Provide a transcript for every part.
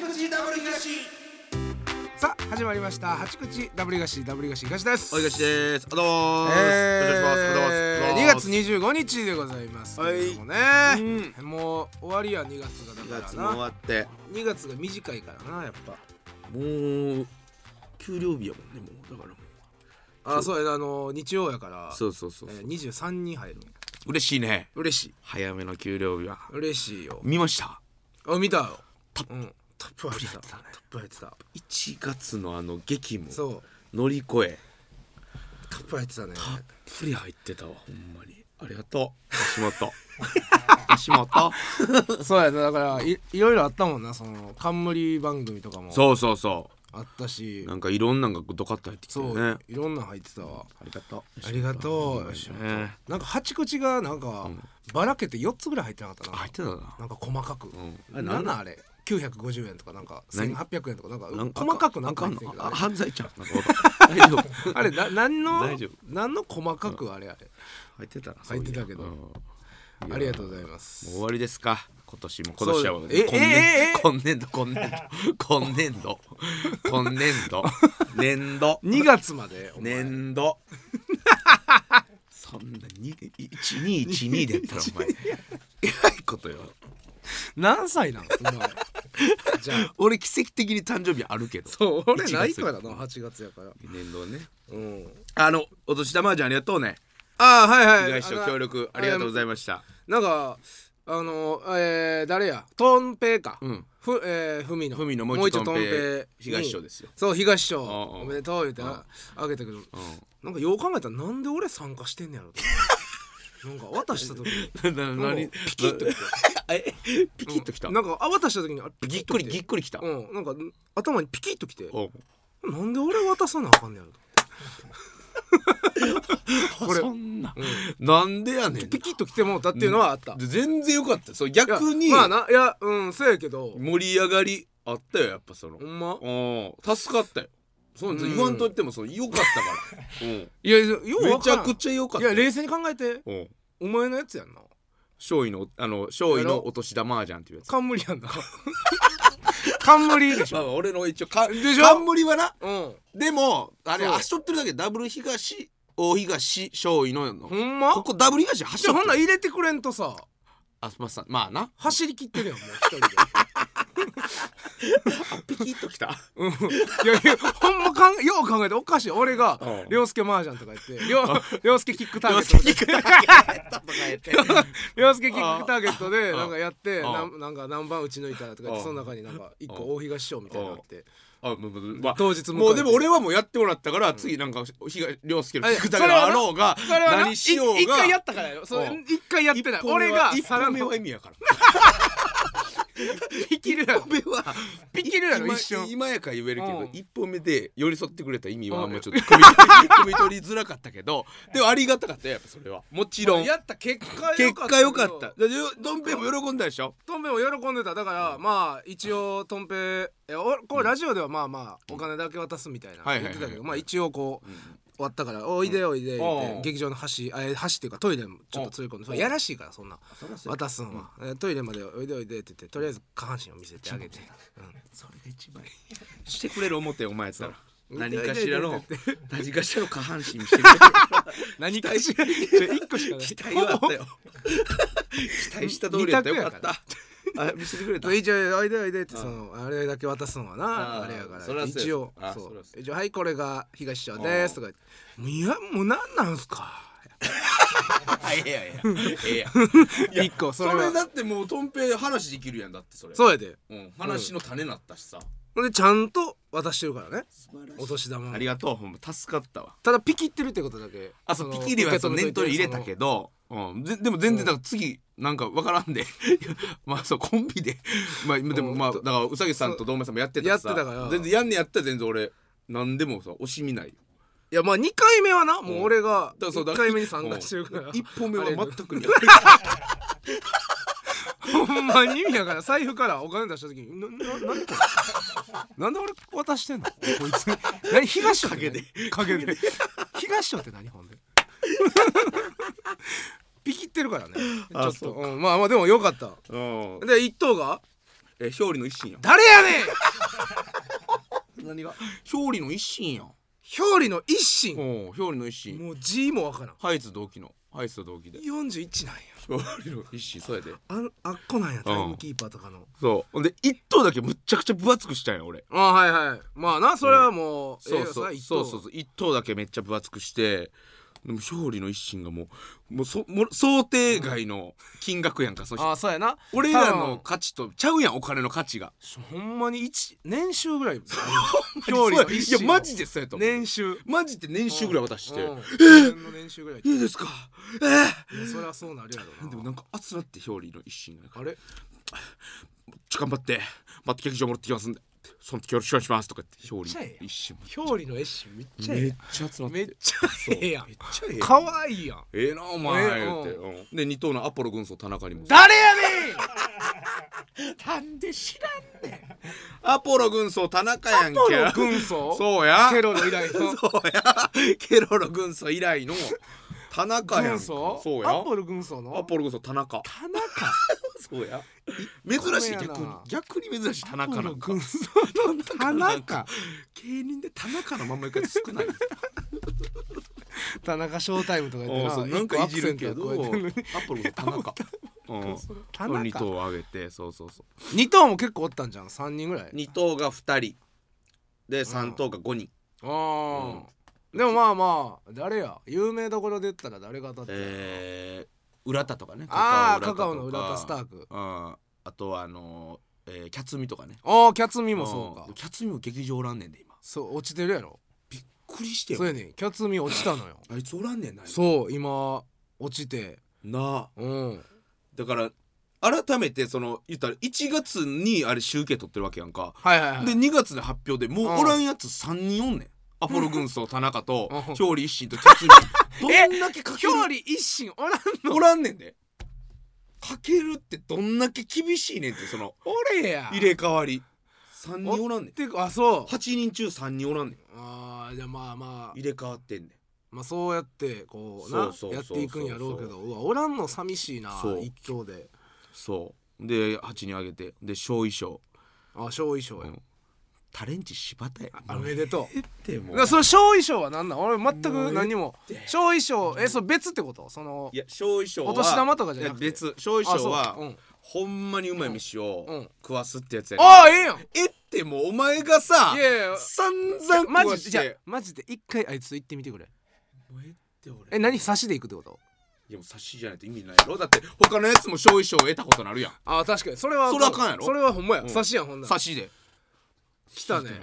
八さあ始まりました八口ダブリガシダブリガシ東です。おいがしです。あどうもーす。えー、2よろしくお願いします。月25日でございますはいけどもね、もう終わりや2月二がだか月らも終なわって、 2月が短いからなやっぱもう給料日やもんね。もうだからもあそうやあの日曜やからう。そうそうそうえそうー、。23に入る嬉しいね。嬉しい早めの給料日は。嬉しいよ見ました。あ見たよたうん、トップ入ってたたねトップ入ってた一月のあの激務そう乗り越え、トップ入ってたねたっぷり入ってたわ。ほんまに。ありがとう。足元。足元。そうやなだからいいろいろあったもんなその冠番組とかも そうそうそあったしう。なんかいろんなんがドカッと入ってきてそう、ね。いろんなん入ってたわありがとう。ありがとう吉本ねなんか八口がなんかばらけて4つぐらい入ってなかったな、入ってたな。なんか細かく、んなあれん、なんだあれ950円とかなんか何1800円とかなんかなんか細かくなんか入ってあんかけどんのああれ犯罪ちゃうなん かわかんない大丈夫あれな何の大丈夫何の細かくあれあれ、入ってたな入ってたけどそういやうんありがとうございもまうす終わりですか今年も今年はそう今え年ええ今年度今年度今年度今年度年度2月までお前年度そんなに1212でやったらお前えらいことよ何歳なのお 前じゃあ俺奇跡的に誕生日あるけどそう俺ない1から月な8月やから年度ねうんあのお年玉じゃありがとうねああはいはい被害者あの協力ありがとうございましたなんかあのえー、誰やトンペイか、うんふえー、ふみのふみのももうう一一トトンンペイペイ東賞ですよそう東賞んうんおめでとう言ってああげたけどなんかよう考えたらなんで俺参加してんねやろって なんか渡した時になななんか何ピキッときてえピキッときた、なんかあ渡した時にあれピキぎッっとくきりてぎっくりきた、うんなんか頭にピキッときておうなんで俺渡さなあかんねやろとこれそんな、なんでやねんピキッときてもうたっていうのはあった、い全然よかったそうや逆にまあないやうんそうやけど盛り上がりあったよやっぱそのほんまうん助かったよそううん言わんといてもそうよかったから、 うんいやようめわちかゃらんくちゃよかっいたや冷静に考えてうんお前のやつやんな勝尉のあの勝尉やのろお年玉じゃんっていうやつ冠やんな 冠でしまょあ俺の一応かでしょ冠はなうんでもあれそう足取ってるだけダブル東大東勝尉ののほんまここダブル東走じゃあってほんるなら入れてくれんとさあまあさまあな走り切ってるやんもう一人でピキッときた うんいやいやほんまかんよう考えておかしい俺がう「ん涼介麻雀」とか言ってりょう 「涼介キックターゲッ洋ト介でキックターゲット」涼介キックターゲットでうんなんかやってうんなんなんか何番打ち抜いたとか言っうんてその中になんか一個大東師匠みたいなのがあってあもうもうまあ当日迎えてもうでも俺はもうやってもらったから次なんか東涼介のキックターゲットあろうがそれはない何しようが一回やったからよそううん一回やってない俺が一さら本目のは意味やからピキるやろ一本目はピキるやろ今一瞬今やから言えるけうどん一本目で寄り添ってくれた意味はあんまちょっとうん組み汲み取りづらかったけどでもありがたかったよやっぱそれはもちろんやった結果結果良かっけどたでドンペイも喜んだでしょトンペも喜んでただから、まあ一応トンペえおこれラジオではまあまあお金だけ渡すみたいなはいは言いはいってたけどまあ一応こう、終わったから「おいでおいで」言って、うん劇場の橋あえ橋っていうかトイレもちょっと連れ込んで、そうやらしいからそんな渡すんは、えトイレまで「おいでおいで」って言ってとりあえず下半身を見せてあげてそれが一番いいしてくれる思ってお前やったらそう何かしら見のて見何かしらの下半身見してくれる何かしら1個しかない期待はあったよ期待した通りやったよかっ二たあ見せてくれた一応「おいでおいで」ってそのあれだけ渡すんはなあーあれやからそりゃそうや一応あそそりゃそうう一応「はいこれが東町です」とか「いやもう何なんすか」あいやいやいやいやいや一個そそれれはだってもうとんぺい話できるやんだってそれそうやでうん話の種なったしさほんでちゃんと渡してるからねお年玉もありがとうほんま助かったわただピキってるってことだけあそうピキリはその念頭に入れたけどどうん、ぜでも全然だから次なんか分からんで まあそうコンビで まあでもまあだからうさぎさんと堂前さんもやってたしさやってたから全然やんねやったら全然俺何でもさ惜しみないよいやまあ2回目はなもう俺がだからそう1だ回目に参加してるから一本目は全くにほんまに意味やからん財布からお金出した時になななんでこれなんで俺渡してんのこい つに何東尾って何陰で東尾って何 ほんでピキってるからねちょあっそとううんまあまあでもよかった うんで一等がえ表裏の一心や誰やねん 何が表裏の一心や表裏の一う心ん表裏の一心もう字もわからんハイツ同期のハイツと同期で41なんや表裏の一心そうやであんあっこなんやタイムキーパーとかのそうほんで一頭だけむっちゃくちゃ分厚くしたんや俺ああはいはいまあなそれはもうそええうよそうさ一そ等うそうそう一頭だけめっちゃ分厚くしてでも勝利の一心がもうもうそもう想定外の金額やんか、そしてああそうやな俺ら多の分価値とちゃうやんお金の価値がほんまに一年収ぐらい表そうやいやマジでそうやと思う、年収マジで年収ぐらい渡して、うん自分の年収ぐらいいいですかえいやそりゃそうなるやろーでもななんか熱なって表裏の一心があれちょ頑張ってバット劇場持ってきますんでその時よろしくお願いしますとか言って表裏の一心表裏の絵師めっちゃええめやっちゃ熱なっんめてっちゃええやんめっちゃええやんかわいいやんええなお前、ええ言って、うんで二頭のアポロ軍曹田中にも誰やねんなんで知らんねんアポロ軍曹田中やんけポロ軍曹そうやケロロ以来のそうや ケロロ軍曹以来の田中やん軍か曹そうやアポロ軍曹のアポロ軍曹田中田中そうや珍しいこれやな逆に逆に珍しい田中なんか軍曹の田中 芸人で田中のまんまいくや つ少ない田中ショータイムとかやおうっそうてなんかいじるけど一個アクセントがこうやってアポロ軍曹田中 うん田中二頭を挙げてそうそうそう二頭も結構おったんじゃん三人ぐらい二頭が二人で三頭が五人ああでもまあまあ誰や有名どころで言ったら誰が当たってえー、浦田とかねああ浦田カとかカオの裏田スタークうんあとはあのーえーキャツミとかねああキャツミもそうかんキャツミも劇場おらんねんで今そう落ちてるやろびっくりしてよそうやねんキャツミ落ちたのよあいつおらんねんな今そう今落ちてなあうんだから改めてその言ったら1月にあれ集計取ってるわけやんかはいはいはいで2月の発表でもううんおらんやつ3人おんねんアポロ軍曹田中とうん表裏一心とキャツミ どんだけかけ表る裏一心おらんのおらんねんでかけるってどんだけ厳しいねんってそのおれや入れ替わり3人おらんねんてかあそう8人中3人おらんねんあーじゃあまあまあ入れ替わってんねんまあそうやってこうなそうそうそうそうやっていくんやろうけどうわおらんの寂しいなそう一強でそうで8人あげてで小衣装あ小衣装やうんタレンチ柴田やあおめでとうえってもだからその小衣装は何なん俺全く何もええって小衣装えそう別ってことそのいや小衣装はお年玉とかじゃなくていや別小衣装あは、そううんほんまにうまい飯うんうんを食わすってやつやねんああええやんえってもうお前がさいやいや散いや々食マわジしでじゃあてマジで一回あいつと行ってみてくれもうえって俺え何差しで行くってこといやもう差しじゃないと意味ないやろだって他のやつも小衣装を得たことなるやんああ確かにそれはそれあかんやろそれはほんまやうん差しやんほんなら差しで来たね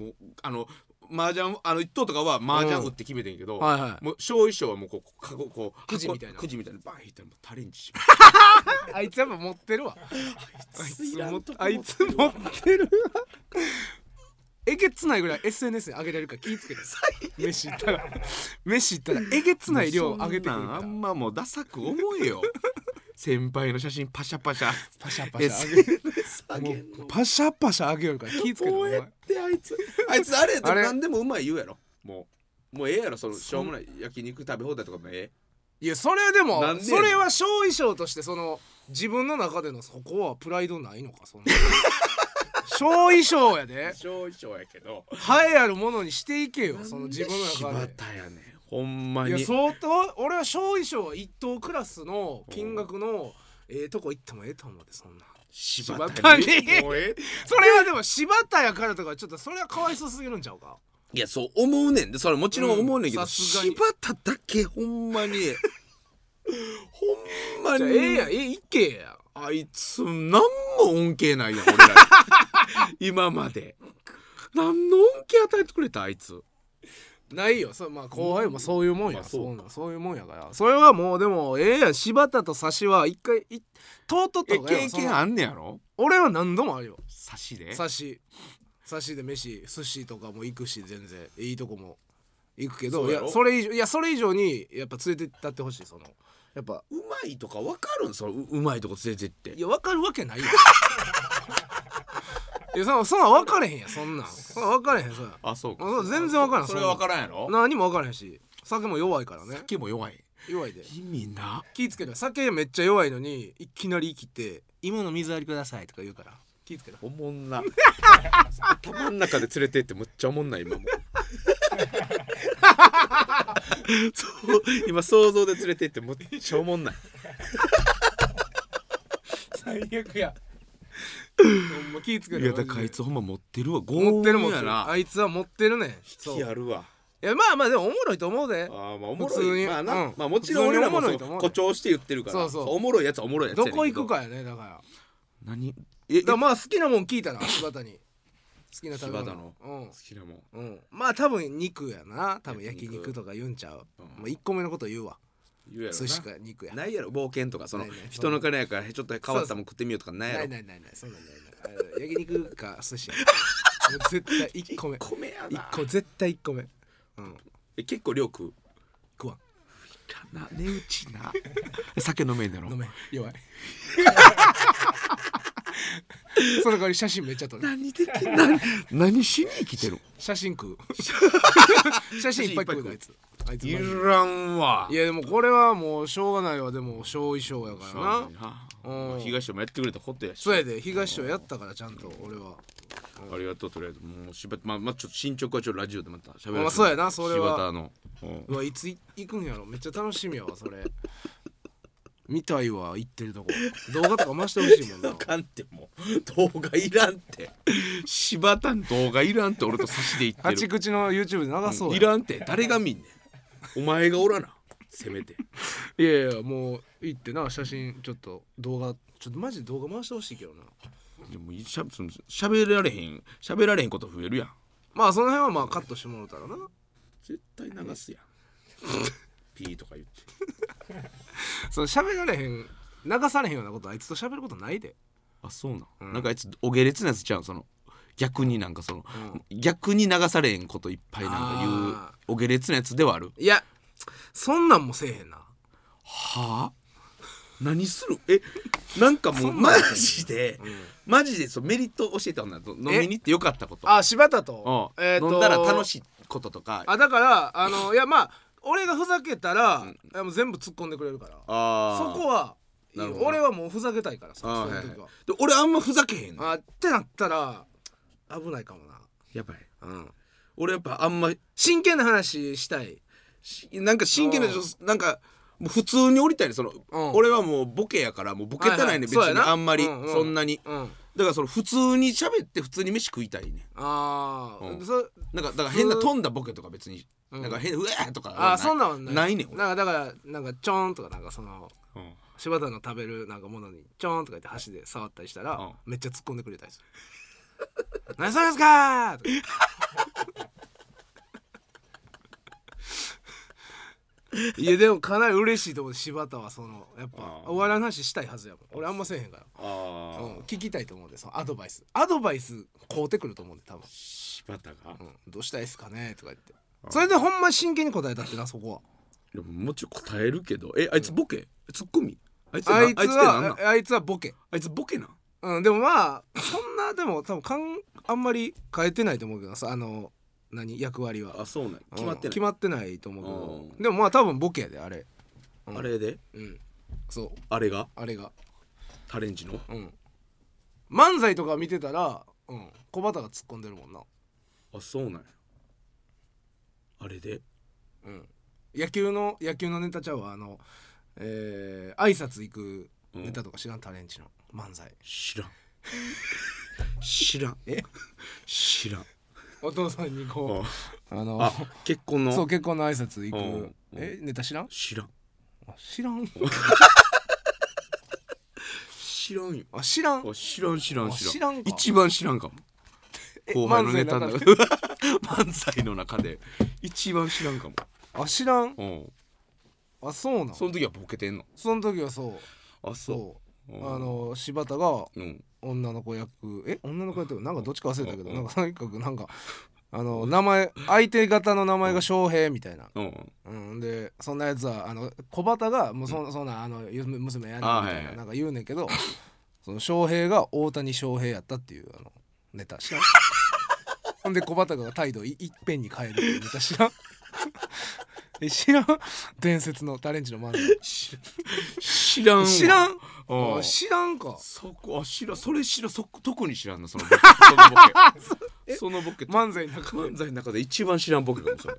もうあの麻雀あの一等とかは麻雀打って決めてんけど、はいはいもう小衣装はもうこうかここう くじみたいなくじみたいなバーン引いたらもうタレンチしまあいつやっぱ持ってるわあいすつもあいつ持ってるわえげつないぐらい SNS に上げられるから気ぃつけて飯行ったら飯行ったらえげつない 量上げてくそるんかなんあらんまもうダサく思え よ先輩の写真パシャパシャパシャパシャ上げ SNS 上げもるうパシャパシャ上げよるから気ぃつけてこおうや前ってあいつあいつあれあれ何でもうまい言うやろもうもうええやろそのしょうもない焼肉食べ放題とかもええいやそれでもなんでやねんそれは小衣装としてその自分の中でのそこはプライドないのか そんな小衣装やで少々やけど栄えあるものにしていけよその自分の中柴で田やねんほんまいにや相当俺は小衣装は一等クラスの金額のええとこ行ってもええと思うでそんな柴柴田田ににもうええそれはでも柴田やからとかちょっとそれはかわいそうすぎるんちゃうかいやそう思うねんでそれもちろん思うねんけど、うんさすがに柴田だけほんまに ほんまじゃあにええやんええいけやあいつ何も恩恵ないやん俺 ら今まで何の恩恵与えてくれたあいつないよそうまあ後輩もそういうもんや、まあそうそうなそういうもんやからそれはもうでもええやん柴田と指しは一回いとうとったえ方がええ経わその験あんねやろ俺は何度もあるよ差しで刺し刺しで飯寿司とかも行くし全然いいとこも行くけどそういややろそれ以上いやそれ以上にやっぱ連れてったってほしいそのやっぱうまいとか分かるんそのううまいとこ連れてっていや分かるわけ ないよいやそんそんなん分かれへんやそんなんそんなん分かれへんそんなんあそうかあそう全然分からんそれは分からんやろ何も分からへんし酒も弱いからね酒も弱い弱いで意味な気ぃつけて酒めっちゃ弱いのにいきなり生きて「今の水割りください」とか言うから気ぃつけておもんな 頭ん中で連れてってむっちゃおもんない今も そう今想像で連れてってむっちゃおもんない 最悪やほんま気ぃつけいてやだからあいつほんま持ってるわ強持ってる持ってやるなあいつは持ってるねん引そうきあるわいやまあまあでもおもろいと思うであーまあおも普ろ通いにまあな、うんまあもちろん俺らも普通におもろいそと思うう誇張して言ってるからそうそうおもろいやつはおもろいやつどやねんけこ行くかやねだから何えだからまあ好きなもん聞いたら柴田に好きな食べ柴物田のうん好きなもんうん、まあ多分肉やな多分焼焼肉肉とか言うんちゃう、うんまあ1個目のこと言うわ言うやろな寿司か肉やないやろ冒険とかそのないない人の金やからちょっと変わったもん食ってみようとかないやなろいないないないそんなんないないあの焼肉か寿司やもう絶対1個目1米やな個絶対1個目うんえ結構量食う食わんかな値打ちな 酒飲めんだろごめん 弱いその代わり写真めっちゃ撮る何でき何何しに生きてる写真食う 写真いっぱい食うのあいつあいつマジいでらんわいやでもこれはもうしょうがないわでも小衣装やからなうん東山やってくれたことやしそうやで東町やったからちゃんと俺はありがとうとりあえずもう柴田まあまあちょっと進捗はちょっとラジオでまた喋まあそうやなそれは柴田のうんうわいつい行くんやろめっちゃ楽しみやわそれ見たいわ行ってるとこ動画とか回してほしいもんな あかんってもう動画いらん って柴田の動画いらんって俺と差しで言ってあち る口の YouTube で流そういやらんって誰が見んねんお前がおらなせめていやいやもう行ってな写真ちょっと動画ちょっとマジで動画回してほしいけどなでもしゃその喋られへん喋られへんこと増えるやんまあその辺はまあカットしてもらったらな絶対流すやん ピーとか言ってその喋られへん流されへんようなことあいつと喋ることないであそうなん、うんなんかあいつお下劣なやつちゃうんその逆になんかその、うん逆に流されへんこといっぱいなんか言うあお下劣なやつではあるいやそんなんもせえへんなはあ何するえなんかもうマジで、マジでそうメリット教えてほんなど飲みに行ってよかったことあ柴田と,、うん飲んだら楽しいこととかあだからあのいやまあ俺がふざけたら、いやもう全部突っ込んでくれるからあーそこはいいなるよほど俺はもうふざけたいからさあそーうはいいうはい時は、で俺あんまふざけへんのあってなったら危ないかもな、やばいうん、俺やっぱあんま真剣な話したいしなんか真剣な女なんかもう普通に降りたいねその、ん俺はもうボケやからもうボケたないね、はいはいそう別やになあんまり、うんうんそんなに、うんだからその普通に喋って普通に飯食いたいねああ、うんそなんかだから変な飛んだボケとか別に、うんなんか変なうわーとかはあーそんなんはないないねん俺、なんかだからなんかちょんとかなんかそのうん柴田の食べるなんかものにちょんとか言って箸で触ったりしたら、うんめっちゃ突っ込んでくれたりする 何それですかーとかいやでもかなり嬉しいと思う柴田はそのやっぱあーお笑いの話したいはずやもん俺あんませえへんから、ああ、うん、聞きたいと思うんでそのアドバイスアドバイス買うてくると思うんで多分、柴田が、うん、どうしたいですかねとか言ってそれでほんま真剣に答えたってなそこはでももちろん答えるけどえあいつボケ、ツッコミあいつなあいつあいつってなんなんはあいつはボケあいつボケなんうん、でもまあそんなでも多分かんあんまり変えてないと思うけどさあの何役割はあそうなん決まってうん決なまい、ってないと思うけうどでもまあ多分ボケやであれあれでうんそうあれがあれがタレンジのうん漫才とか見てたら、うん、小畑が突っ込んでるもんな、あそうなんやあれでうん、野球の野球のネタちゃうわあのえー、挨拶行くネタとか知らんタレンチの漫才知らん知らん え知らんお父さんにこうあのあ結婚のそう結婚の挨拶行うんくえネタ知らん知らんあ知らん知らんよあ知らんあ知らん知らんあ知知ららんんか一番知らんかも後輩のネタの中で 漫才の中で一番知らんかも、 あ知らんうん、あそうなんその時はボケてんのその時はそうあそそうううんあの柴田がうん女の子役え女の子役なんかどっちか忘れたけどうんなんかとにかくなんかあの名前相手方の名前が翔平みたいな、うんうん、でそんなやつはあの小畑がもうそ,、ん、そんなあのゆ娘やねんみたいな,、あはいはいなんか言うねんけどその翔平が大谷翔平やったっていうあのネタ 知らんほんで小畑が態度いいっぺんに変えるっていうネタ知らん え知らん伝説のタレンチの漫才知らん知ら知らんわんうんあ知らんかそこあ知らんそれ知らんそ特に知らんなそのボケそのボ ケそのボケ漫才の中で漫才の中で一番知らんボケかもそれ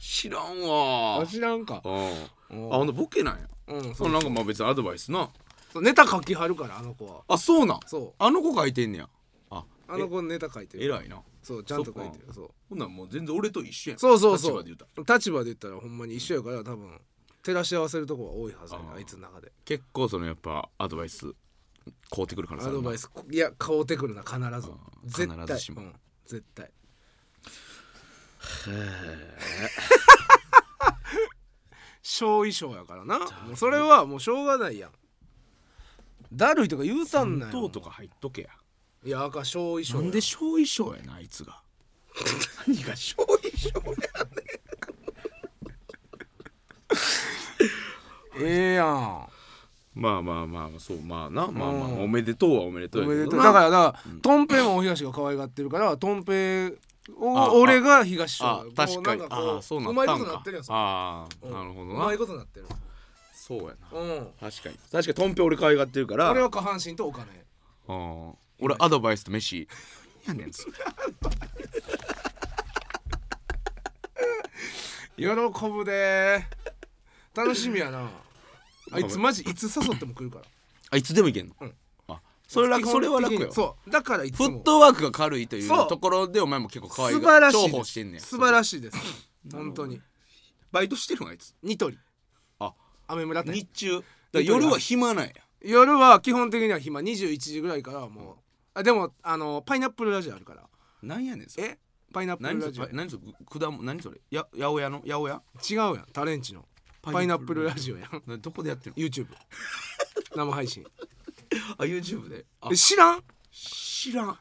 知らんわあ知らんかうんうんあほんでボケなんやうんそそううなんかまあ別にアドバイスなそうネタ書きはるからあの子はあそうなんそうあの子書いてんねやああの子ネタ書いてえる偉いなそうちゃんと書いてるそうほんなんもう全然俺と一緒やんそうそうそ立場うで言たら立場で言ったらほんまに一緒やから多分照らし合わせるとこは多いはずやねあーあいつの中で結構そのやっぱアドバイス凍ってくるからアドバイススいや買うてくるな必ず絶対必ずしもうん絶対小衣装やからなもうそれはもうしょうがないやんだるいとか言うたんな糖よとか入っとけやいや赤小衣装なやんで小衣装やなあ いつが何が小衣装ええやんまあまあまあそうまあなまあまあおめでとうはおめでとうおやめけでとどうなだからだからとんぺいもお東が可愛がってるからとんぺいあを俺が東翔あ確かにこうなんかこあうそうなうっまいこたとんなっかてるやんそれああなるほどうまないことなってるそうやなうん確かに確かにトンペ俺可愛がってるから俺は下半身とお金うん俺アドバイスと飯やねんそれ喜ぶでー楽しみやな あいつマジいつ誘っても来るからあいつでもいけんの、うんあそれ 楽基本的にそれは楽よそうだからいつフもットワークが軽いというそうところでお前も結構可愛い素晴らし重い宝でしてんねすん素晴らしい です本当にバイトしてるのあいつニトリあアメ村店日中だから夜は暇なんや夜は基本的には暇21時ぐらいからはもうあでもあのパイナップルラジオあるからなんやねんそれえパイナップ何ルラそジオれ何それくだも何それや八百屋の八百屋違うやんタレンチのパイナップルラジオやんなどこでやって る YouTube 生配信のあ YouTube であえ知らん知 らん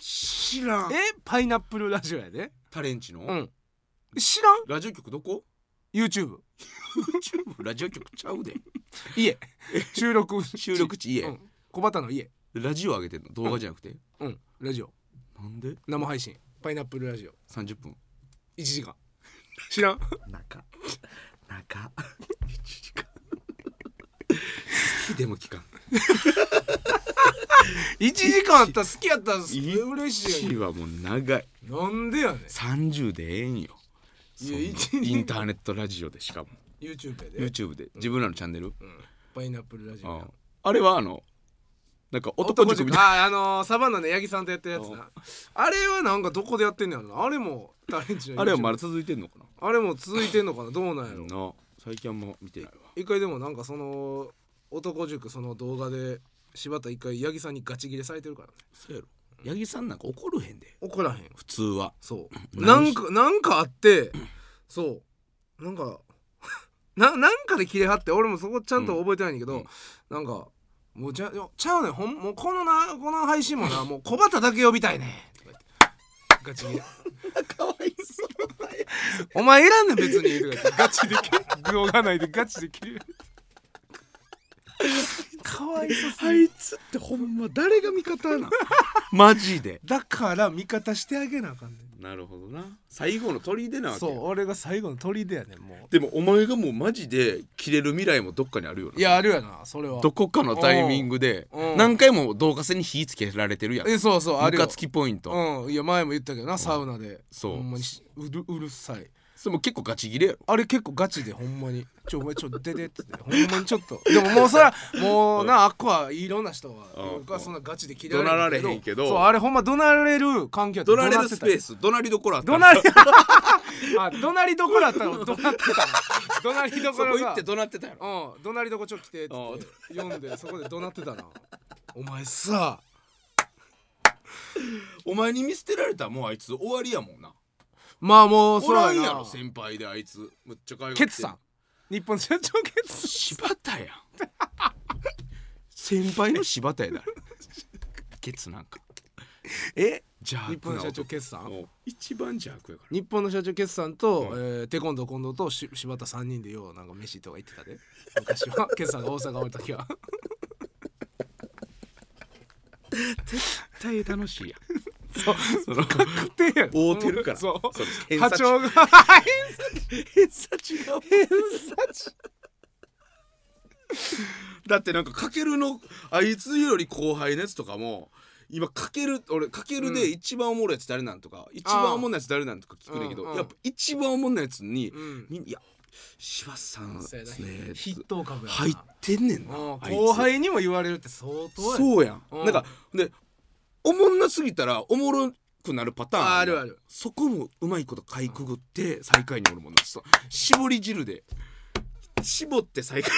知らんえパイナップルラジオやでタレンチの、うん知らんラジオ局どこ YouTube YouTube ラジオ局ちゃう で家 収録収録地家、うん小畑の家ラジオ上げてんの動画じゃなくて、うんラジオなんで生配信パイナップルラジオ30分1時 間知らん中中一時間好きでも聞かん1時間あ ったら好きやったら嬉しい1はもう長いやんなんでやねん30でええんよいやそんな一 インターネットラジオでしかも YouTube やで YouTube で自分らのチャンネル、うんパイナップルラジオやああれはあのなんか男塾みたいなあああのー、サバンナの八木さんとやってるやつなあれはなんかどこでやってんのやろなあれもタレンチの YouTube あれはまだ続いてんのかあれも続いてんのか などうなんやな、ろな最近あんま見てないわ一回でもなんかその男塾その動画で柴田一回八木さんにガチギレされてるからねそうやろ八木さんなんか怒るへんで怒らへん普通は そうな何んしかなんかあってそうなんか ななんかで切れはって俺もそこちゃんと覚えてないんだけど、うんうんなんかもうじゃいやちゃうねんほんもうこのなこの配信も なもう小畑だけ呼びたいねんとか言ってガチギレかわいそうお前いらんねん別に とか言ってガチで動画内でガチで切れるかわいそうあいつってほんま誰が味方な マジでだから味方してあげなあかんねなるほどな最後の砦なわんけそよう俺が最後の砦やねんもうでもお前がもうマジで切れる未来もどっかにあるよないやあるやなそれはどこかのタイミングでうん何回も動画線に火つけられてるやんえそうそうあムるよカつきポイント、うんいや前も言ったけどなサウナでそうほんまにしうるうるさいそれも結構ガチ切れやろあれ結構ガチでほんまにちょお前ちょっと出てっつってほんまにちょっとでももうそらもうなあっこはいろんな人がうん僕はそんなガチで切怒鳴られへんけどそうあれほんま怒鳴られる環境やった怒られるってスたペース怒鳴りどころあった怒鳴り あ怒鳴りどころだったの怒鳴ってたの怒鳴りどこそころ行がって怒鳴ってたやろうん怒鳴りどこちょ来てってうん読んでそこで怒鳴ってたなお前さお前に見捨てられたらもうあいつ終わりやもんなまあもうおそららんやなろ先輩であいつむっちゃ可愛がってケツさん日本社長ケツさ柴田やん先輩の柴田やだ ケツなんかんえ邪悪日本なの社長男決算もう一番邪悪やから日本の社長決算と、うえーテコンドー近藤とし柴田3人でようなんか飯とか行ってた で昔は決算が大阪おる時は絶対楽しいやんそう そので覆ってるからそうそうです偏差波値長が偏差値が偏差値だってなんかかけるのあいつより後輩のやつとかも今かける俺かけるで一番おもろいやつ誰なんとか、一番おもんなやつ誰なんとか聞くねんけど、うんうんやっぱ一番おもんなやつに、んみんないや柴田さんそうやなね筆頭株やな入ってんねんなうんあいつ後輩にも言われるって相当やうそうやん、うんなんかでおもんなすぎたらおもろくなるパターンあるあるそこもうまいことかいくぐって最下位におるもんなそう絞り汁で絞って最下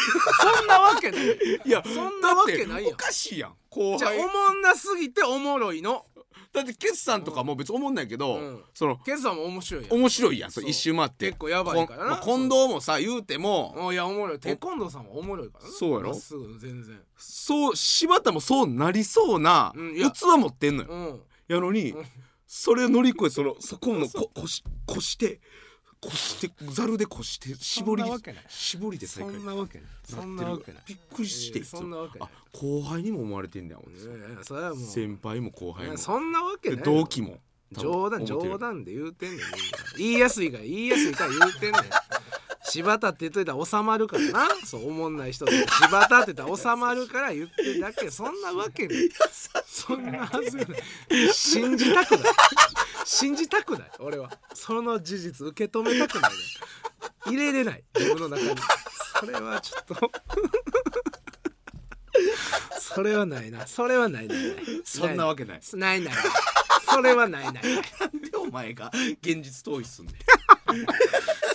そんなわけ ない位いやそんなわけないやんだっておかしいやん後じゃあ輩おもんなすぎておもろいのだって決算とかも別におもんないけど、うんそのケツさんも面白いやん面白いやんそうそう一周回って結構やばいからなこんまあ近藤もさ言うてもおいやおもろいテコンドーさんもおもろいからなそうやろまっすぐ全然そう柴田もそうなりそうなうんいや器持ってんのよ、うんやのに、うんそれを乗り越えそのそこのここしこしてこしてざるでこして絞りそんなわけない絞りで最そ下位んなわけないそんなわけないびっくりして、いやそんなわけないあ後輩にも思われてんだよ、いやいやそれはもう先輩も後輩いもやそんなわけないでよ同期も冗談思ってる冗談で言うてんねんみんな言いやすいから言いやすいから言うてんねん柴田って言っといたら収まるからなそう思んない人で柴田って言ったら収まるから言ってるだけそんなわけないそんなはずない信じたくない信じたくない俺はその事実受け止めたくないね入れれない自分の中にそれはちょっと それはないなそれはないないないそんなわけないないないないそれはないないないなんでお前が現実逃避すんね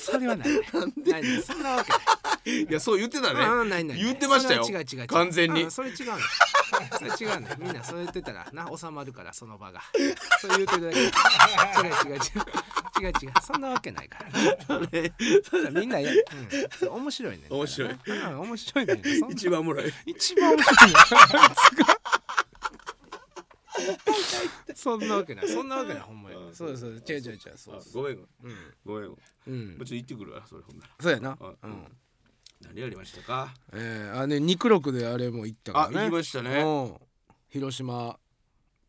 それはないないないないそんなわけないんいやそう言ってたねうんないないない言ってましたよそれは違う違う違う完全にうんそれ違うねそれ違うねみんなそう言ってたらな収まるからその場がそう言うてるだけ違う違う違う違う違うそんなわけないからみんなや、うんそう、面白いね面白いうん面白い ねそんな一番おもろい一番面白いねあいつがそんなわけないそんなわけないほんまにうんそうですそうです違う違う違うそうごめんごめんごめんごうめんんもうちょっと行ってくるわそれほんならそうやなあうん何やりましたかえー、あね肉六であれも行ったからあね行きましたねうん広島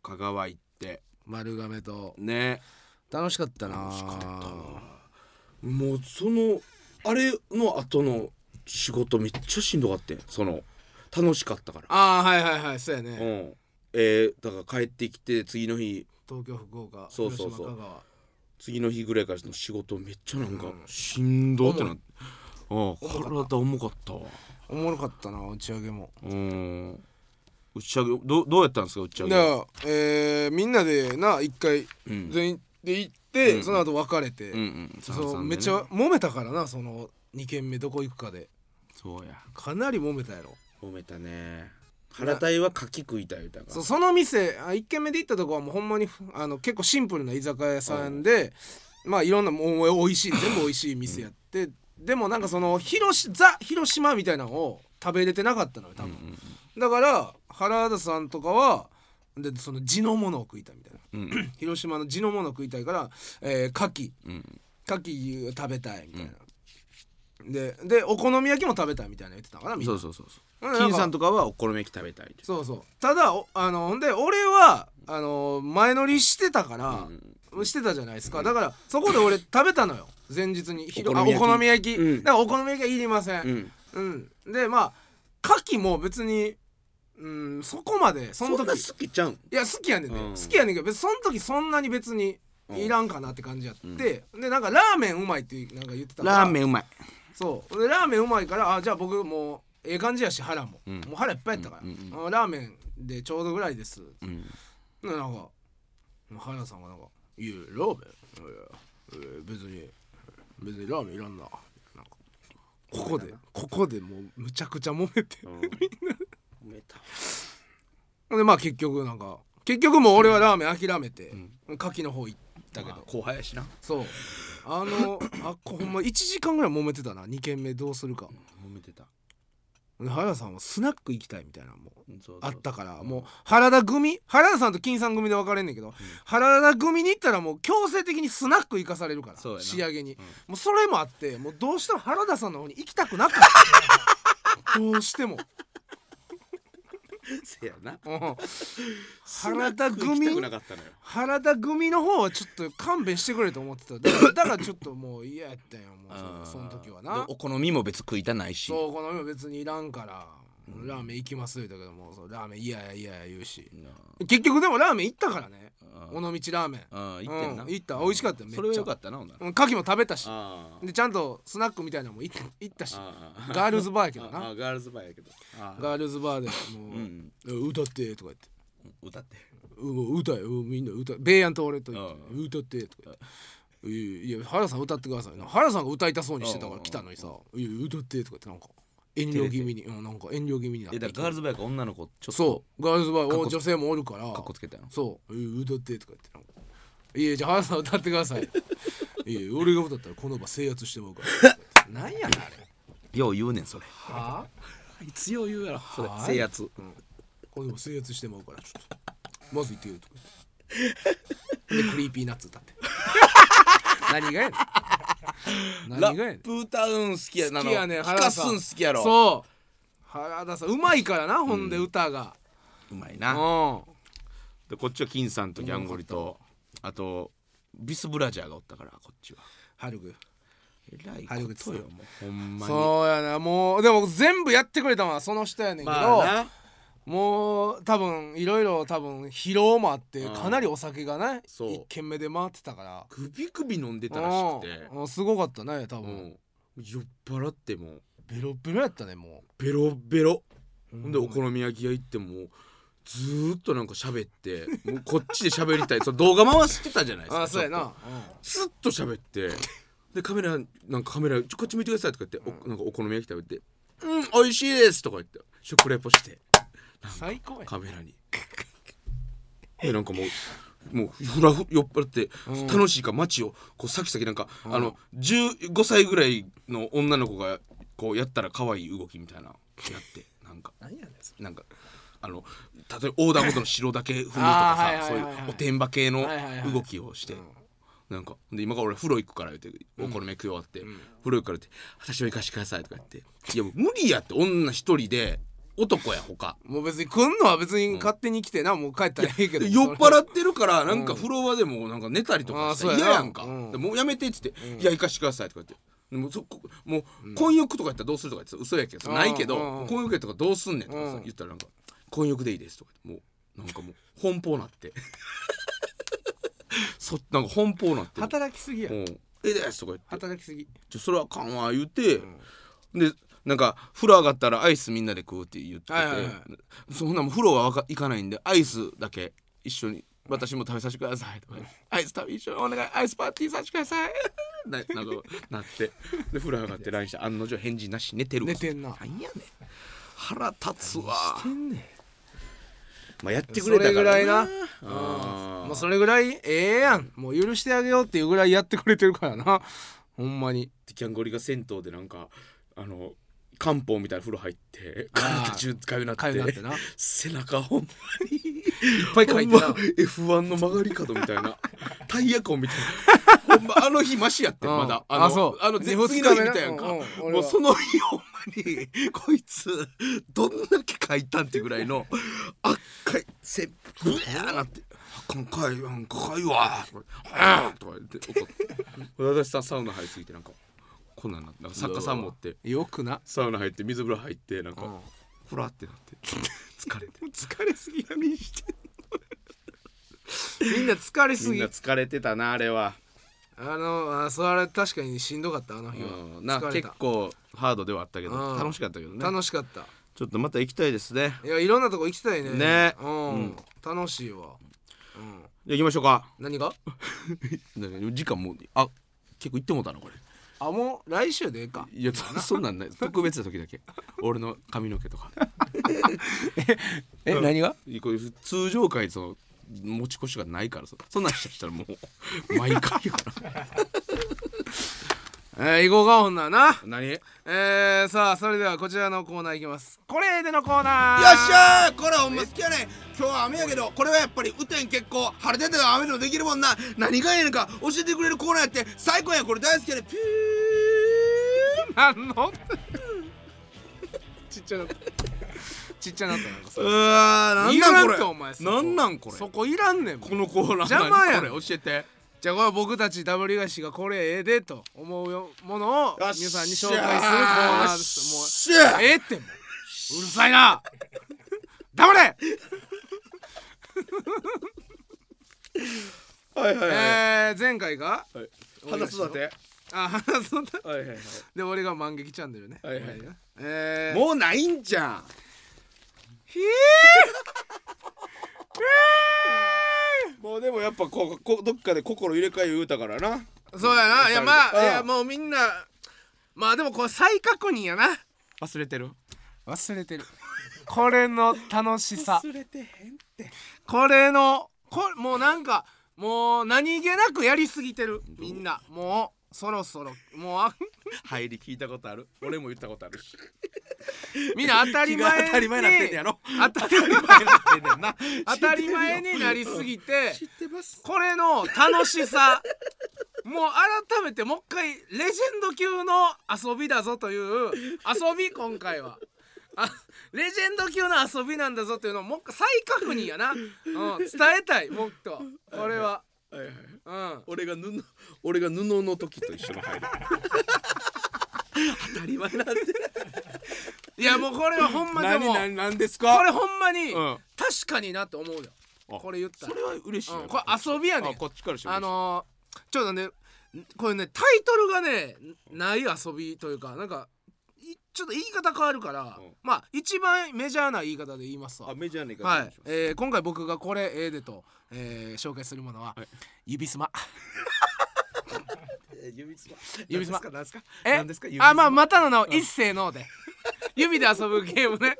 香川行って丸亀とね楽しかったな楽しかったなもうそのあれの後の仕事めっちゃしんどかったよその楽しかったからああはいはいはいそうやうねんえー、だから帰ってきて次の日東京福岡そうそうそ広島う香川次の日ぐらいからの仕事めっちゃなんかしんどってなって、ああ体重かったわおもろかったな打ち上げもうん打ち上げどどうやったんですか打ち上だげか、ら、えー、みんなでな一回うん、全員で行って、うんその後別れて、うんうんそ三々うでねめっちゃ揉めたからなその2軒目どこ行くかでそうやかなり揉めたやろ褒めたね腹たいは柿食いたいみたいなそうその店あ1軒目で行ったとこはもうほんまにふあの結構シンプルな居酒屋さんで、まあいろんなもう美味しい全部美味しい店やって、でもなんかその広しザ広島みたいなのを食べれてなかったのよ多分、だから原田さんとかはでその地のものを食いたいみたいなうん 広島の地のものを食いたいから、えー、牡蠣うん牡蠣食べたいみたいな、ででお好み焼きも食べたいみたいなの言ってたからみんなそうそうそうそううんなんか金さんとかはお好み焼き食べたいってそうそうただおあのほんで俺はあの前乗りしてたから、してたじゃないですか、だからそこで俺食べたのよ前日にひろあおお好好みみ焼き、うんだからお好み焼きはいりませ、うんんうんでまあ牡蠣も別に、うん、そこまでそそんのな好時きちゃうんいや好きやねんね、うん好きやねんけど別にその時そんなに別にいらんかなって感じやって、でなんかラーメンうまいってなんか言ってたからラーメンうまいそうでラーメンうまいからあじゃあ僕もうええ感じやし腹も、んもう腹いっぱいやったから、あラーメンでちょうどぐらいです、ん ななんか原田さんがなんか「いやラーメンいやいや別に別にラーメンいらんな」なんかここでここでもうむちゃくちゃ揉めて、褒めたでまあ結局なんか結局もう俺はラーメン諦めてん牡蠣の方行ったけまあど後輩やしなそうあのあこほんま1時間ぐらい揉めてたな2軒目どうするか揉めてたで原田さんはスナック行きたいみたいなもううんそうそあうったからもう原田組原田さんと金さん組で分かれんねんけど、原田組に行ったらもう強制的にスナック行かされるからそうやな仕上げに、んもうそれもあってもうどうしても原田さんの方に行きたくなかったどうしても、せやなうん、原原田田組組行きたくなかったのよ原田組の方はちょっと勘弁してくれと思ってただからだからちょっともう嫌やったよもうそその時はなお好みも別に食いたないしそうこの世別にいらんから、ラーメン行きます言うたけどもそうラーメン嫌や嫌や言うしうん結局でもラーメン行ったからねあー尾道ラーメンあー行ってんなうん行った美味しかったよめっちゃそれはよかったなほんなうらん牡蠣も食べたしあーでちゃんとスナックみたいなのも行っ行ったしあーガールズバーやけどあなーガールズバーやけどあーガールズバーでもううん「うん歌って」とか言って歌ってうん歌え、うん、みんな歌えベイヤンと俺と言ってう歌ってとか言って。いやいや原田さん歌ってくださいな原田さんが歌いたそうにしてたかうんら来たのにさ「いや歌って」とか言ってなんか遠慮気味にうんなんか遠慮気味になっえてだからガールズバーやから女の子ちょっとそうガールズバーお女性もおるからかっこつけたやんそう「いや歌って」とか言ってなんか「いやじゃあ原田さん歌ってくだ さい」「いや俺が歌ったらこの場制圧してまうから」 なんやねんあれよう言うねんそれはあいつよう言うやろそれはい制圧これでも制圧してまうからちょっとまず行ってくるとか 言ってでクリーピーナッツ歌って何がやねんラ何がやねッんプ歌うん好きやな好きやねん聞原田かすさんん好きやろそう原田さんうまいからなほんで歌がうまいうなんでこっちは金さんとギャンゴリとあとビスブラジャーがおったからこっちはハルグえらい早こ口さとんよもうほんまにそうやなもうでも全部やってくれたのはその人やねんけど、まあなもう多分いろいろ多分疲労もあってかなりお酒がねそう一軒目で回ってたからグビグビ飲んでたらしくてうんうんすごかったね多う分、ん酔っ払ってもうベロベロやったねもベロベロうほんでお好み焼き屋行ってもずーっとなんか喋ってもうこっちで喋りたいその動画回してたじゃないですかあそうやちょっな、とずっと喋ってでカメラなんかカメラちょこっち向いてくださいとか言って、おなんかお好み焼き食べて「うん美味しいです」とか言って食レポして最高やカメラにでなんかもうもうふらふ酔っ払って、楽しいから街をこうさきさきなんか、あの15歳ぐらいの女の子がこうやったら可愛い動きみたいなやってなんか何やねんそなんかあの例えば横断歩道の白だけ踏むとかあーはいさはいそはういいはいうおてんば系のはいはいはい動きをして、なんかで今から俺風呂行くから言ってお好み食い終わって、風呂行くから言って「私を行かしてください」とか言って「いやもう無理やって女一人で男や他れもう別に来んのは別に勝手に来てな、もう帰ったらええけどで酔っ払っってるからなんか風呂場でもなんか寝たりとかしてあーそうや嫌なやんか、うんでもうやめてっつって「いや行かしてください」とか言って。でもそこもう婚約とかやったらどうするとか言ってた嘘やけどさうんないけどうん婚約やとかどうすんねんとかさうん言ったらなんか「婚約でいいです」とか言ってもうなんかもう 奔放なってそなんか奔放なって「働きすぎやうんええです」とか言って働きすぎ「ちょそれはあかんわ」言うて、でなんか風呂上がったらアイスみんなで食うって言ってて、はいはいはそんなもう風呂はわか行かないんでアイスだけ一緒に私も食べさせてくださいとかアイス食べ一緒にお願いアイスパーティーさせてください ななんかなってで風呂上がって LINE して案の定返事なし寝てるわ寝てんななんやねん腹立つわまあやってくそれれたぐからいなあもうそれぐらいええやんもう許してあげようっていうぐらいやってくれてるからなほんまにーキャンゴリが銭湯でなんかあの漢方みたいな風呂入って体中かゆなっかゆなっててないっ背中ほんまにぱい書ほいんてまな F1 の曲がり角みた いなタイヤ痕みたいなほんまあの日マシやってんうんまだああのそうあのぜ二次日目の日なみたいやんかうんうもん俺はうその日ほんまにこいつどんだけ書いたんってぐらいのあっかいせっぶやなって「今回なんかかいわ」とか言って「とか言って怒って私さんサウナ入りすぎてなんかこんなんなってなんか作家さん持ってよくなサウナ入って水風呂入ってなんかうんふらってなって 疲れて疲れすぎやみしてみんな疲れすみんぎなあ疲れてたなあれは。のあそれは確かにしんどかったあの日はうんな疲れ結た構ハードではあったけどうん楽しかったけどね楽しかったちょっとまた行きたいですねいやいろんなとこ行きたいねねうんうん楽しいわ、うん、じゃあ行きましょうか何 がなんか時間もうあ結構行ってもうたなこれあもう来週でええかいやそそんなんない特別な時だ け俺の髪の毛とかえ何がこういう通常回その持ち越しがないからさそんなんしたらもう毎回やからえー、行こうかほんならな何よっしえー、さあそれではこちらのコーナーいきますこれでのコーナーゃーこれほんま好きやねん今日は雨やけどこれはやっぱり雨天結構晴れてても雨でもできるもんな何がええのか教えてくれるコーナーやって最高やこれ大好きやねんピュー何の ちっち ゃなったちっちゃなったなんかうさわーなんなんこれいらんってお前そこなんなんこれそこいらんねんもうこのコーナー邪魔やん何これ教えてじゃあこれは僕たちダブリガシがこれええでと思うよものを皆さんに紹介するコーナーですよっしゃもうええってもううるさいな黙れ、はいはいはいえー、前回がはい話すだってあ話そうだはいはいはいで俺が万劇チャンネルねはいはいえー、もうないんじゃんひーもうでもやっぱこうこどっかで心入れ替え言うたからなそうやないやまうあんいやもうみんなまあでもこれ再確認やな忘れてる忘れてるこれの楽しされてへんってこれのこもうなんかもう何気なくやりすぎてるみんなもうそろそろもうあ入り聞いたことある俺も言ったことあるしみんな当たり前に気が当たり前になってんねやろ当たり前当たり前になってんねんな当たり前になりすぎて知ってますこれの楽しさもう改めてもう一回レジェンド級の遊びだぞという遊び今回はあレジェンド級の遊びなんだぞというのをもう一回再確認やな、うん、伝えたいもっとこれははいはいうん俺が布俺が布の時と一緒の入り当たり前なんていやもうこれはほ んまでも何何ですこかれほんまにうん確かになって思うよ、あこれ言ったそられは嬉しいね、うんこれ遊びやねんあこっちからしてあのー、ちょっとねんこれねタイトルがねない遊びというかなんかいちょっと言い方変わるから、うんまあ一番メジャーな言い方で言いますわあメジャーに行はかい、えー今回僕がこれええでと、えー紹介するものは、はい指すまえー指すま指すま何ですかえ何ですかあまあままたの名を一斉ので指で遊ぶゲームね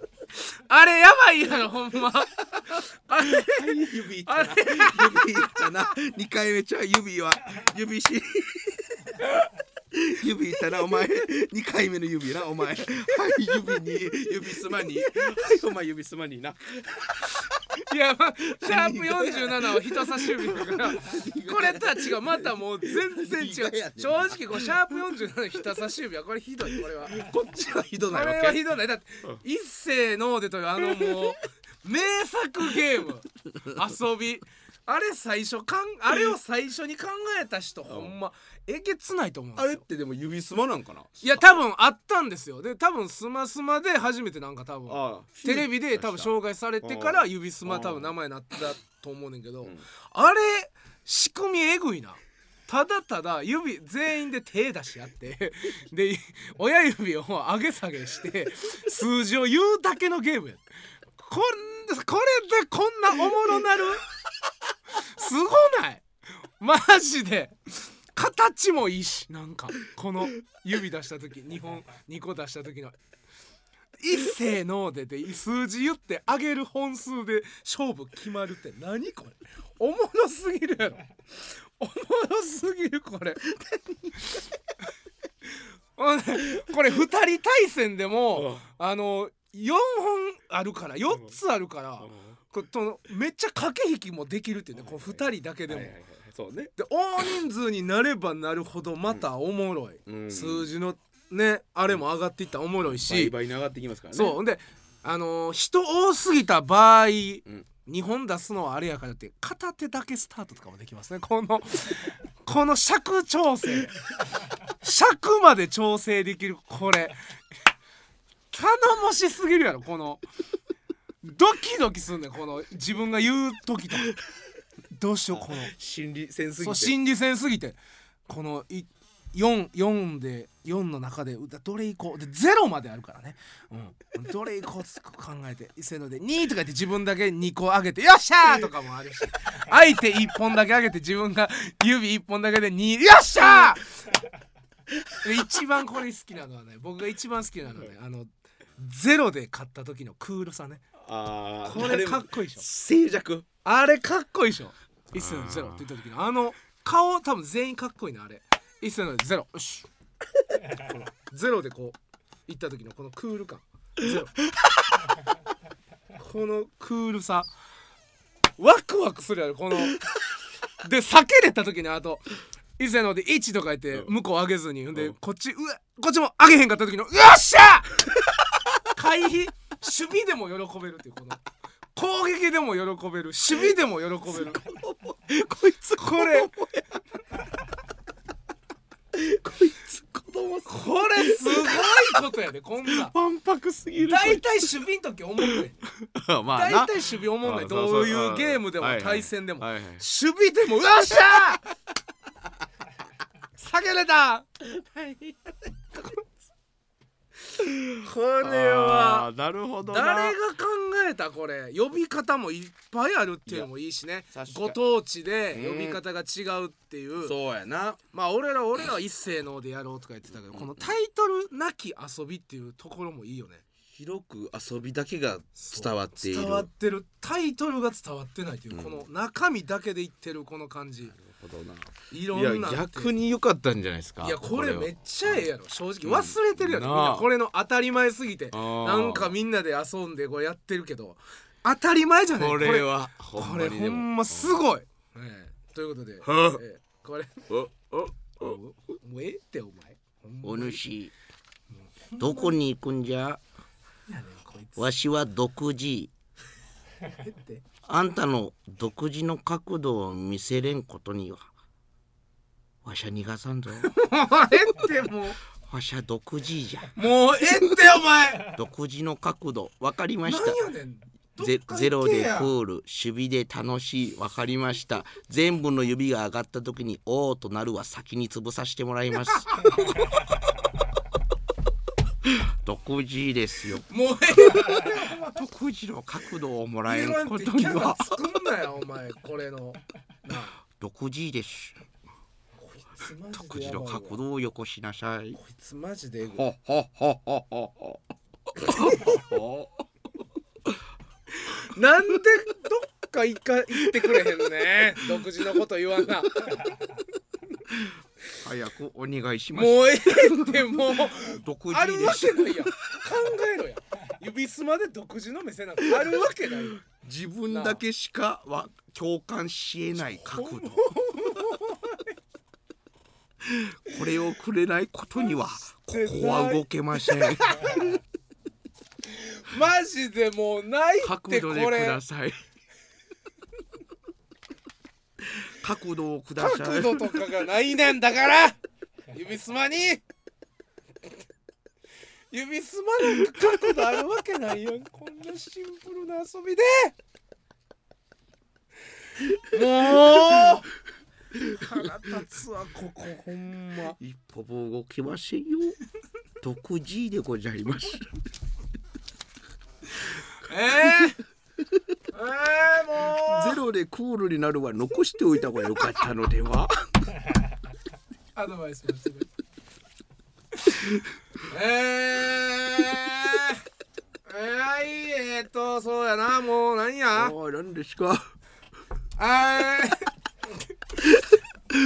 あれやばいやろほん まあれ指いったな指いったな二回目ちゃう指は指し指いったなお前二回目の指なお前はい指に指すまにはいお前指すまにないや、まあ、シャープ47を人差し指だからこれとは違うまたもう全然違何がやうねん正直こうシャープ47の人差し指はこれひどいこれはここっちはひどないわれけはひどいだって一世のでというあのもう名作ゲーム遊びあれ最初かんあれを最初に考えた人ほんまえげつないと思うんであすよれってでも指すまなんかないや多分あったんですよで多分スマスマで初めてなんか多分ああ テレビで多分紹介されてかうらん指すま多分名前になったと思うねんけど、んあれ仕組みえぐいなただただ指全員で手出し合って で親指を上げ下げして数字を言うだけのゲームやこんこれでこんなおもろなるすごないマジで形もいいしなんかこの指出した時2本2個出した時の「一斉の」でで数字言って上げる本数で勝負決まるって何これおもろすぎるやろおもろすぎる これほんでこれ2人対戦でもあの4本あるから4つあるからこうそのめっちゃ駆け引きもできるっていうねこう2人だけでもはいはいはいそうねで大人数になればなるほどまたおもろい、うん数字のねあれも上がっていったらおもろいし、倍々に上がってきますからねそうほんであのー人多すぎた場合、日ん本出すのはあれやからって片手だけスタートとかもできますねこの この尺調整尺まで調整できるこれ頼もしすぎるやろこのドキドキすんねんこの自分が言う時とかどうしようこの。心理戦すぎそうて心理戦すぎてこのい4四で4の中でうだどれいこうで0まであるからね、うん、どれいこうつ考えてせーので2とか言って自分だけ2個上げて「よっしゃー!」とかもある し相手1本だけ上げて自分が指1本だけで2「よっしゃ ー!」で一番これ好きなのはね僕が一番好きなのはねあのゼロで買った時のクールさねあーこれかっこいいでしょ静寂あれかっこいいでしょ一世のゼロって言った時のあの顔多分全員かっこいいなあれ一世のゼロよ しほらゼロでこう行った時のこのクール感ゼロこのクールさワクワクするやろこので避けれた時のあと伊勢ので1とか言って向こう上げずに、ん、でうんこっちうわこっちも上げへんかった時のよっしゃ 回避守備でも喜べるっていうこの攻撃でも喜べる守備でも喜べるこいつこれここいつ子供すれすごいことやでこん なんわんぱくすぎる大体守備の時思うねまあ大な体守備思うねあそうそうどういうゲームでもはいはい対戦でもはいはい守備でもよっしゃー下げれた これあはーなるほどな誰が考えたこれ呼び方もいっぱいあるっていうのもいいしねいや確かにご当地で呼び方が違うっていうそうやなまあ俺ら俺らは一斉のでやろうとか言ってたけどこのタイトルなき遊びっていうところもいいよね広く遊びだけが伝わっている伝わってるタイトルが伝わってないというこの中身だけで言ってるこの感じほどないろんいなやんて逆に良かったんじゃないですかいやこれめっはちゃええやろ正直忘れてるやろ、うんみんななあこれの当たり前すぎてあーなんかみんなで遊んでこうやってるけど当たり前じゃないこれはこほんまれにこれでもほんますごい、ええということで、はあええこれおおおもうええってお前ほんまお主どこに行くんじゃやねんこいつわしは独自ええってあんたの独自の角度を見せれんことにはわしゃ逃がさんぞもうええってもうわしゃ独自じゃもうええってお前独自の角度わかりました何やねんどっゼか行けやゼロでクール守備で楽しいわかりました全部の指が上がった時に「おー」となるは先に潰させてもらい ます独自ですよもうえ独自の角度をもらええってるなんこてとキにャラは作んなよお前これのなあ独自ですつまじでやばいわ独自の角度をよこしなさいこいつマジでえぐいほほほほほほなんでどっか行か行ってくれへんね独自のこと言わな早くお願いしますもうええってもう独あ自るでわすけないやん考えろや指すまで独自の目線なんかあるわけないやん自分だけしかは共感しえない角度 これをくれないことにはここは動けませんマジでもうないって角こ度でくれださ い角度をくださ角い度とかがないねんだから指すまに指すまなんか角度あるわけないやんこんなシンプルな遊びでもう腹立つわここほんま一歩も動きませ んよ独自でございますえー、えー、もう ゼロでクールになるは残しておいた方が良かったので はアドバイスも してくれえー、えー、はいえー、っとそうやなもう何やおい何ですかあー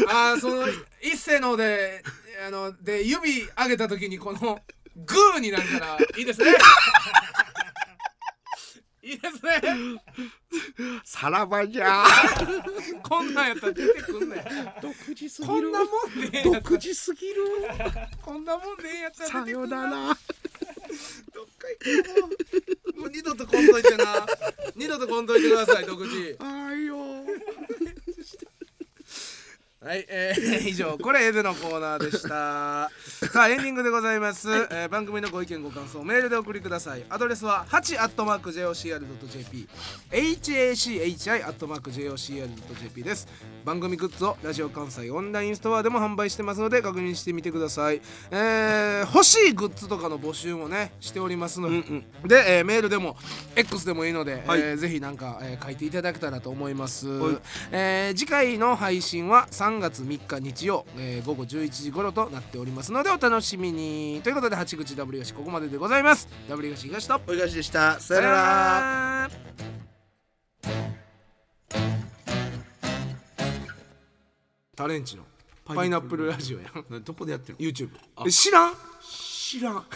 あーその一世のであので指上げた時にこのグーになるからいい ですねいいですね さらばじ ゃこんなんやったら出てくんねん独自すこぎんるなもんでええんやっ独自すぎるたこんなもんでええんやったら出てくんねんさよならどっか行こうもうもう二度とこんといてな二度とこんといてください独自あいよ はい、えー、 以上これエデのコーナーで したさあエンディングでございます、えー番組のご意見ご感想メールでお送りくださいアドレスは 8-jocr.jp hachi-jocr.jp です番組グッズをラジオ関西オンラインストアでも販売してますので確認してみてください、えー欲しいグッズとかの募集もねしておりますので、で、えーメールでも X でもいいので、えーぜひなんか、えー書いていただけたらと思います、えー次回の配信は3 3月3日日曜、えー午後11時頃となっておりますのでお楽しみにということで八口 W 東ここまででございます W 東東とおいがしでしたさよなららタレンチのパイナップルラジオやんどこでやってる YouTube え知らん知らん